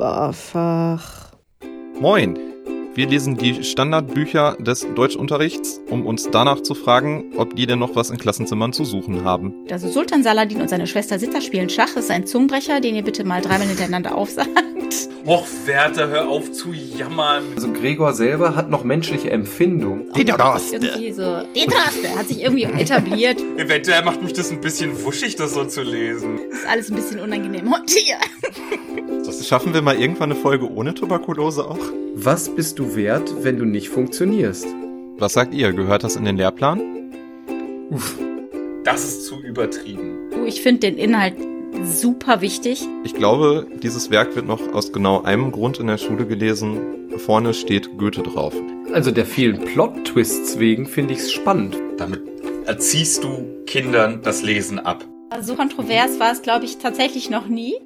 Laberfach. Moin! Wir lesen die Standardbücher des Deutschunterrichts, um uns danach zu fragen, ob die denn noch was in Klassenzimmern zu suchen haben. Also Sultan Saladin und seine Schwester Sitter spielen Schach, ist ein Zungenbrecher, den ihr bitte mal dreimal hintereinander aufsagt. Och, Werther, hör auf zu jammern. Also Gregor selber hat noch menschliche Empfindung. Die Droste. Irgendwie so, die Droste hat sich irgendwie etabliert. Eventuell macht mich das ein bisschen wuschig, das so zu lesen. Ist alles ein bisschen unangenehm. Und hier. Das schaffen wir mal irgendwann eine Folge ohne Tuberkulose auch? Was bist du wert, wenn du nicht funktionierst? Was sagt ihr? Gehört das in den Lehrplan? Das ist zu übertrieben. Du, Oh, ich finde den Inhalt super wichtig. Ich glaube, dieses Werk wird noch aus genau einem Grund in der Schule gelesen. Vorne steht Goethe drauf. Also der vielen Plot-Twists wegen finde ich's spannend. Damit erziehst du Kindern das Lesen ab. Also so kontrovers war es, glaube ich, tatsächlich noch nie.